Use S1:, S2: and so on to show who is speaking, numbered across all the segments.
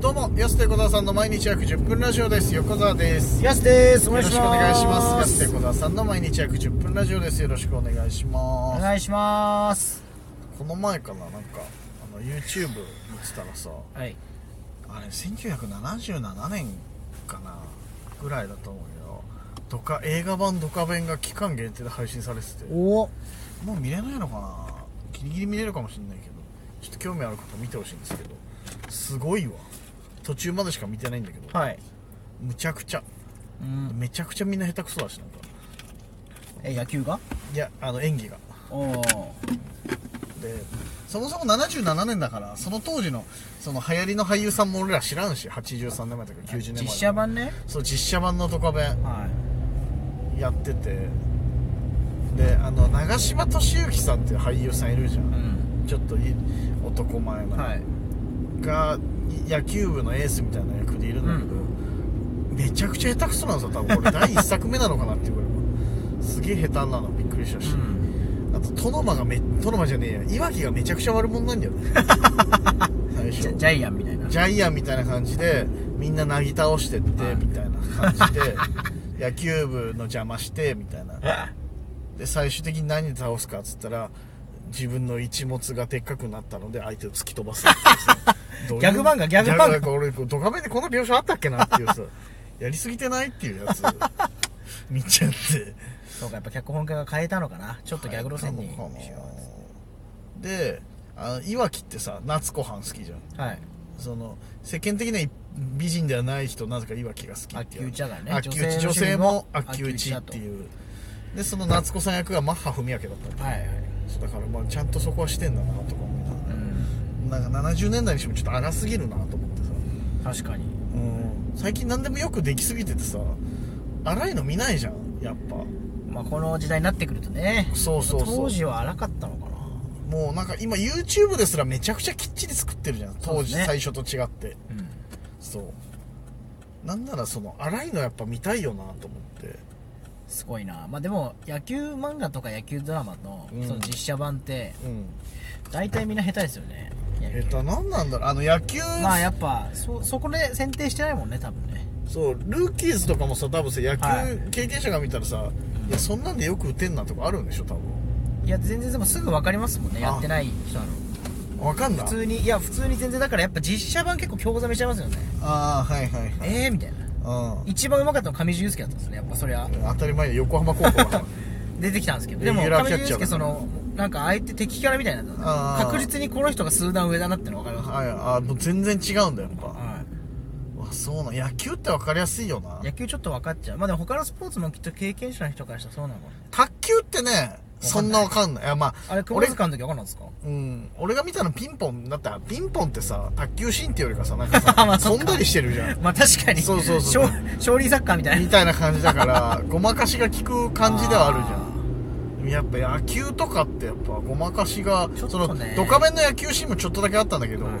S1: どうも、安手小沢さんの毎日約10分ラジオです。横澤です。よ
S2: やすです。お願
S1: ろ
S2: い
S1: し
S2: し
S1: くお
S2: ます。
S1: 願いします。安手小沢さんの毎日約10分ラジオです。よろしくお願いし
S2: お
S1: ます。
S2: 願いします。
S1: この前かな、なんか、あの、YouTube 見てたらさ、
S2: はい。
S1: あれ、1977年かな、ぐらいだと思うけど、ドカ、映画版ドカ弁が期間限定で配信されてて、
S2: お
S1: もう見れないのかなギリギリ見れるかもしれないけどちょっと興味ある方見てほしいんですけどすごいわ途中までしか見てないんだけど、
S2: はい。
S1: むちゃくちゃ
S2: うん。
S1: めちゃくちゃみんな下手くそだしなんか
S2: え、野球が
S1: いやあの演技が
S2: おお。
S1: でそもそも77年だからその当時のその流行りの俳優さんも俺ら知らんし83年前とか90年前
S2: 実写版ね。
S1: そう実写版のドカ弁
S2: は
S1: やっててであの長嶋俊之さんっていう俳優さんいるじゃ
S2: い。うんん。
S1: ちょっとい男前な、
S2: はい。
S1: が野球部のエースみたいな役でいるんだけど、めちゃくちゃ下手くそなんですよ多分これ第1作目なのかなっていうぐらいすげえ下手なのびっくりしたし、
S2: うん。
S1: あとトノマがめトノマじゃねえやいわきがめちゃくちゃ悪者なんだよ ね最初
S2: ジャジャイアンみたいな。
S1: ジャイアンみたいな感じでみんななぎ倒してってみたいな感じで 野球部の邪魔してみたいなで最終的に何で倒すかっつったら自分の一物がでっかくなったので相手を突き飛ばすっていうさどういう
S2: ギャグ漫画ギャグ漫画
S1: なんか俺ドカベンでこの描写あったっけなっていうさやりすぎてないっていうや つ見ちゃって
S2: そうか、やっぱ脚本家が変えたのかな。ちょっとギャグ路線に
S1: なのか
S2: しよ
S1: なであいわきってさ夏子飯好きじゃん
S2: う。はい。
S1: その世間的には美人ではない人なぜかいわきが好きっていう
S2: 秋内だからね
S1: 秋内女
S2: 女
S1: 性
S2: 性
S1: も
S2: も
S1: 秋内って
S2: 秋
S1: いうでその夏子さん役がマッハ文明だったんだ
S2: はいはい。
S1: そうだからまあちゃんとそこはしてんだなとか思いなが
S2: うん。
S1: らなんか70年代にしてもちょっと荒すぎるなと思ってさ、
S2: 確かに。
S1: うん、最近何でもよくできすぎててさ荒いの見ないじゃんやっぱ
S2: まあ、この時代になってくるとね。
S1: そうそうそう
S2: 当時は荒かったのかな。
S1: もうなんか今 YouTube ですらめちゃくちゃきっちり作ってるじゃん当時
S2: そうです
S1: 最
S2: ね
S1: 初と違って
S2: うん。
S1: そうなんならその荒いのやっぱ見たいよなと思って
S2: すごいな。まあ、でも、野球漫画とか野球ドラマの、
S1: うん
S2: その実写版って、
S1: うん
S2: 大体みんな下手ですよね。野球
S1: 下手なんなんだろうあの野球、
S2: まあやっぱそそこで選定してないもんね多分ね
S1: そうルーキーズとかもさ多分さ野
S2: はい
S1: 球経験者が見たらさ、い、やそんなんでよく打てんなとかあるんでしょ多分
S2: いや全然でもすぐ分かりますもんね
S1: あ
S2: やってない人なの
S1: わかんない
S2: 普通にいや普通に全然だからやっぱ実写版結構興ざめしちゃいますよね
S1: ああはいはいはい、
S2: ええー、みたいな
S1: う
S2: 一番うまかったのは上地雄介だったんですねやっぱそりゃ
S1: ん、当たり前で横浜高校だから
S2: 出てきたんですけど
S1: レ
S2: で
S1: ギ
S2: も
S1: ュラーキャ
S2: 上
S1: ッ
S2: 地
S1: チ
S2: 雄
S1: ャーだ
S2: 介そのなんか相手敵キャラみたいなんだ
S1: あー
S2: 確実にこの人が数段上だなっての分かりまし
S1: はいあーもう全然違うんだよやっぱ
S2: た、は、
S1: あそうなん野球ってわかりやすいよない
S2: 野球ちょっと分かっちゃうまあでも他のスポーツもきっと経験者の人からしたらそうなのかな
S1: 卓球ってねそんなわかんないいやまあ
S2: あれ雲
S1: 俺
S2: 塚の時分かんないですか
S1: うん、俺が見たのピンポンだったらピンポンってさ卓球シーンっていうよ りかさなんかさ
S2: まあそっ
S1: 飛
S2: か
S1: んだりしてるじゃん
S2: まあ確かに
S1: そうそうそう
S2: 勝 勝利サッカーみたい
S1: み
S2: な
S1: たいな感じだからごまかしが効く感じではあるじゃんやっぱ野球とかってやっぱごまかしが、
S2: ちょっ
S1: そ
S2: とね
S1: のドカベンの野球シーンもちょっとだけあったんだけど、
S2: は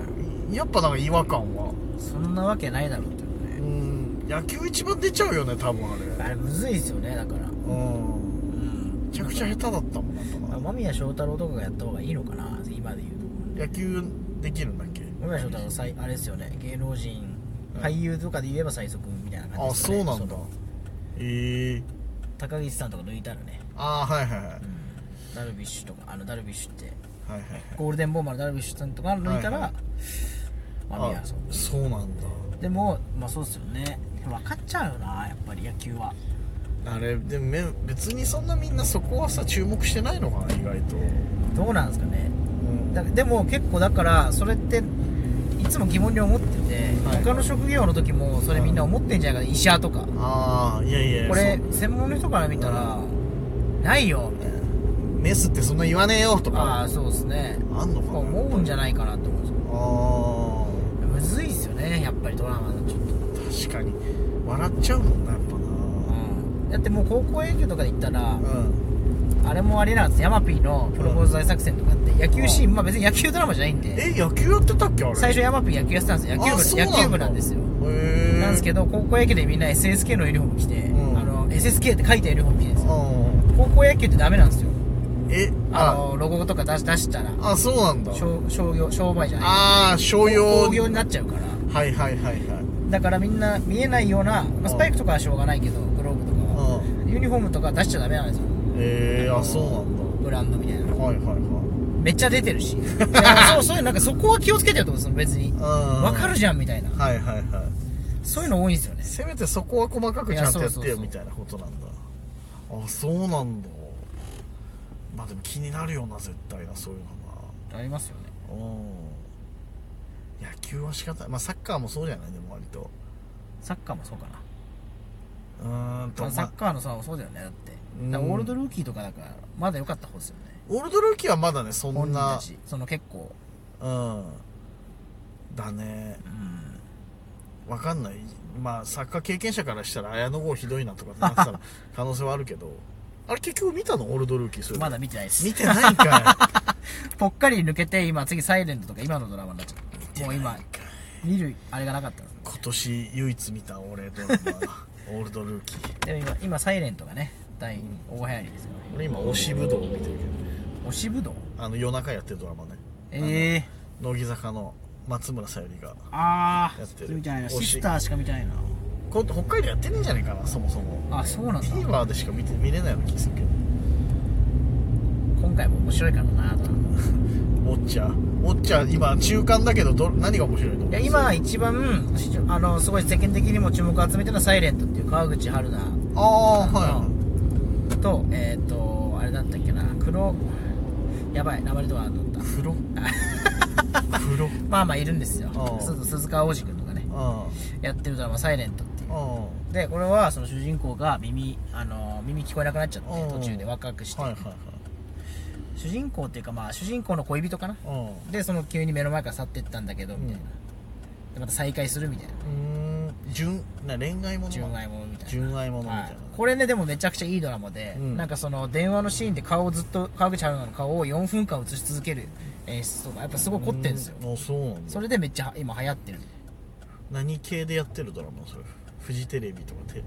S1: やっぱなんか違和感は
S2: そんなわけないだろうっていうね
S1: うん野球一番出ちゃうよね多分あれ
S2: あれむずいですよねだから
S1: うん
S2: うん
S1: めちゃくちゃ下手だったもんなんかな
S2: 間宮祥太郎とかがやった方がいいのかな今で言うと
S1: 野球できるんだっけ
S2: 間宮祥太郎最あれですよね芸能人
S1: うん
S2: 俳優とかで言えば最速みたいな感
S1: あ
S2: じですよ
S1: そう
S2: ね
S1: なんだ
S2: の
S1: ええ
S2: 高岸さんとか抜いたらね、
S1: ああはいはいはい、
S2: うん、ダルビッシュとかあのダルビッシュって
S1: はいはいはい
S2: ゴールデンボーマーのダルビッシュさんとか抜いたら、
S1: はい
S2: 間宮
S1: あ
S2: さん
S1: そうなんだ
S2: でもまあそうですよね分かっちゃうよなやっぱり野球は
S1: あれでもめ別にそんなみんなそこはさ注目してないのかな意外と、
S2: どうなんですかね
S1: うん
S2: だでも結構だからそれっていつも疑問に思ってて、
S1: はい
S2: 他の職業の時もそれみんな思ってんじゃないかな医者とか
S1: ああいやいや
S2: これ専門の人から見たらないよみたいな
S1: そうメスってそんな言わねえよと
S2: あ
S1: か
S2: あそうですね
S1: あんのかな
S2: 思うんじゃないかなと思うんです
S1: あ
S2: けどむずいっすよねやっぱりドラマだとちょっと、
S1: ー確かに笑っちゃうもんなやっぱ
S2: うん、だってもう高校野球とかで言ったら
S1: なうん
S2: あれもあれなんですヤマピーのプロポーズ大作戦とかって野球シー
S1: う
S2: ンまあ別に野球ドラマじゃないんで
S1: え野球やってたっけあれ
S2: 最初ヤマピー野球やってたんですよ野
S1: あ
S2: 球
S1: そう
S2: 部
S1: なんだ
S2: 野球部なんですよ
S1: へえ
S2: なんですけ
S1: ど
S2: ど高校野球でみんな SSK のユニフォーム着て、
S1: うん
S2: あの SSK って書いたユニフォーム着てるんですよ
S1: あ
S2: 高校野球ってダメなんですよ
S1: あえ
S2: あ
S1: あ
S2: のロゴとか出し出したら
S1: あそうなんだ
S2: 商商業商売じゃない
S1: ああ商用
S2: 工業になっちゃうから
S1: はいはいはいはい
S2: だからみんな見えないような、まあ、スパイクとかはしょうがないけどグローブとかは
S1: うん
S2: ユニフォームとか出しちゃダメなんですよ
S1: えー、あそうなん
S2: ブランドみたい
S1: だ
S2: な
S1: はいはいは
S2: めっちゃ出て るしいやそうそういうなんかそこは気をつけてると思うんですよ別に
S1: うん
S2: わかるじゃんみたいない
S1: はいはいはい
S2: そういうの多いんですよね
S1: せめてそこは細かくちゃんとやっ
S2: いやそう
S1: て
S2: そう
S1: よ
S2: そう
S1: みたいなことなんだあそうなんだまあでも気になるよな絶対なそういう
S2: ありますよね
S1: のなうん野球は仕方ないまあサッカーもそうじゃないでも割と
S2: サッカーもそうかな、
S1: うーんと、
S2: まあサ
S1: まあ
S2: ッ、カーのさそうだよねだって
S1: うん
S2: だからオールドルーキーとかだからまだ良かった方ですよね
S1: オールドルーキーはまだねそ
S2: 本
S1: ん
S2: 人
S1: な
S2: たちその結構
S1: うんだね
S2: うん
S1: わかんないまあサッカー経験者からしたら綾野剛ひどいなとかってなって たら可能性はあるけどあれ結局見たのオールドルーキーそれ
S2: まだ見てないです
S1: 見てないんか
S2: ぽっかり抜けて今次「サイレントとか今のドラマになっちゃった
S1: い
S2: もう今見るあれがなかった の
S1: 今年唯一見た俺ドラマオールドルーキー
S2: でも今今「サイレントがね大大流行りですよね
S1: 俺今推しぶどうを見てるけど
S2: 推しぶどう
S1: あの夜中やってるドラマね
S2: ええ
S1: 乃木坂の松村さゆりが
S2: ー、あ
S1: やって
S2: あ
S1: る
S2: みたいな
S1: 推
S2: シ
S1: し
S2: スターしか見てないな
S1: こ北海道やってねえんじゃねえかなそもそも
S2: あそうなんだ
S1: TVer でしか見て見れないような気するけど
S2: 今回も面白いからなドラマ
S1: ウォッチャーウォッチャー今中間だけどど何が面白いの
S2: いや今一番市場あのすごい世間的にも注目を集めてるのは「サイレントっていう川口春奈
S1: ああは
S2: とえっ、ー、とあれだったっけな黒やばい名前とはあんだっ
S1: い
S2: た
S1: 黒黒
S2: まあまあいるんですよ
S1: ああ
S2: そうそう鈴川王子くんとかね
S1: あ
S2: やってるドラマ「サイレントっていう
S1: ああ
S2: でこれはその主人公が耳あの耳聞こえなくなっちゃって
S1: うん
S2: 途中で若くして、
S1: あはいはいはい
S2: 主人公っていうかまあ主人公の恋人かな
S1: あ
S2: でその急に目の前から去ってったんだけどみたいな、
S1: うん
S2: でまた再会するみたいな
S1: あうーん純な恋愛もの
S2: 純愛ものみたいな
S1: 純愛ものみたい
S2: は、
S1: ない
S2: これねでもめちゃくちゃいいドラマで、
S1: うん
S2: なんかその電話のシーンで顔をずっと川口春奈の顔を4分間映し続ける演出とかやっぱすごい凝ってるんですよ、
S1: うあそうなんだ
S2: それでめっちゃ今流行ってる
S1: 何系でやってるドラマそれフジテレビとかテ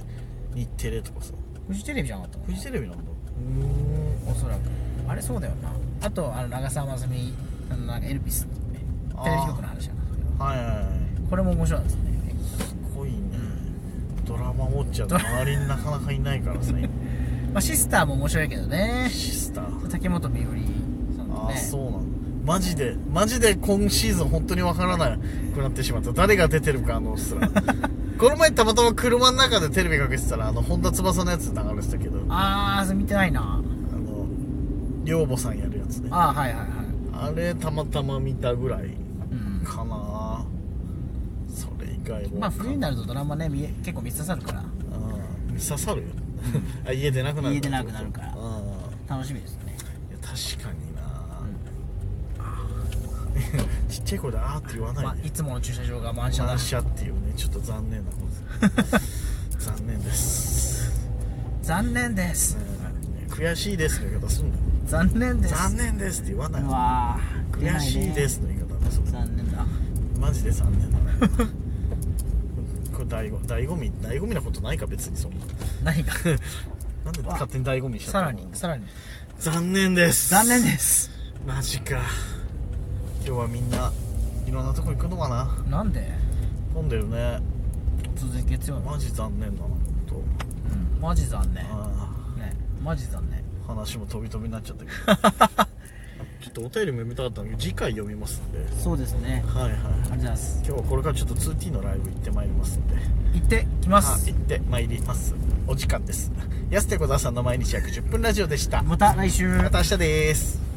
S1: 日テレとかさ
S2: フジテレビじゃなかったか
S1: フ
S2: な
S1: ジテレビなんだうん
S2: おそらくあれそうだよなあとあの長澤まさみあのなんかエルピスっていうね
S1: あー
S2: テレビ局の話だなそれは
S1: はいはいはい
S2: これも面白いですね
S1: すごいねドラマウォッチャーって周りになかなかいないからさ今
S2: まあシスターも面白いけどね
S1: シスター
S2: 竹本美織さんの
S1: ああ
S2: ね
S1: そうなんだマジでマジで今シーズン本当にわからなくなってしまった誰が出てるかあのす らこの前たまたま車の中でテレビかけてたらあの本田翼のやつ流れてたけど
S2: ああそれ見てないな
S1: あの寮母さんやるやつね
S2: ああはいはいはい
S1: あれたまたま見たぐらい
S2: うん
S1: かなそれ以外も
S2: まあ冬になるとドラマね見え結構見刺さるから
S1: うん見刺さるよあ家出なくなる
S2: 家出なくなるから
S1: うんい
S2: 楽しみですね
S1: や確かにな、 ちっちゃい声で「あー」って言わない
S2: まあ、い
S1: で
S2: つもの駐車場が満車だ
S1: 話
S2: し
S1: し合っていうねちょっと残念なこと残念です、
S2: 残念です
S1: うん悔しいですの言い方すんの
S2: 残念です
S1: 残念ですって言わないう
S2: わー出な
S1: 悔
S2: ね
S1: しいですの言い方だそれ
S2: 残念だ
S1: マジで残念だなこれ醍醐醍醐味醍醐味なことないか別にそんな
S2: 何か
S1: なんで勝手に醍醐味にしちゃったの
S2: さらにさらに
S1: 残念です
S2: 残念です
S1: マジか今日はみんないろんなとこ行くのかな
S2: なんで
S1: 混んでるね
S2: 続いて月曜日、
S1: マジ残念だなと
S2: うんマジ残念
S1: あ
S2: ねマジ残念
S1: ー話も飛び飛びになっちゃったけど ちょっとお便りも読みたかったんだけど次回読みますんで
S2: そうですね
S1: はいはい
S2: ありがとうございます
S1: 今日はこれからちょっと 2T のライブ行ってまいりますんで
S2: 行ってきま
S1: あ
S2: す
S1: 行ってまいりますお時間です安手小沢さんの毎日約10分ラジオでした
S2: また来週
S1: また明日です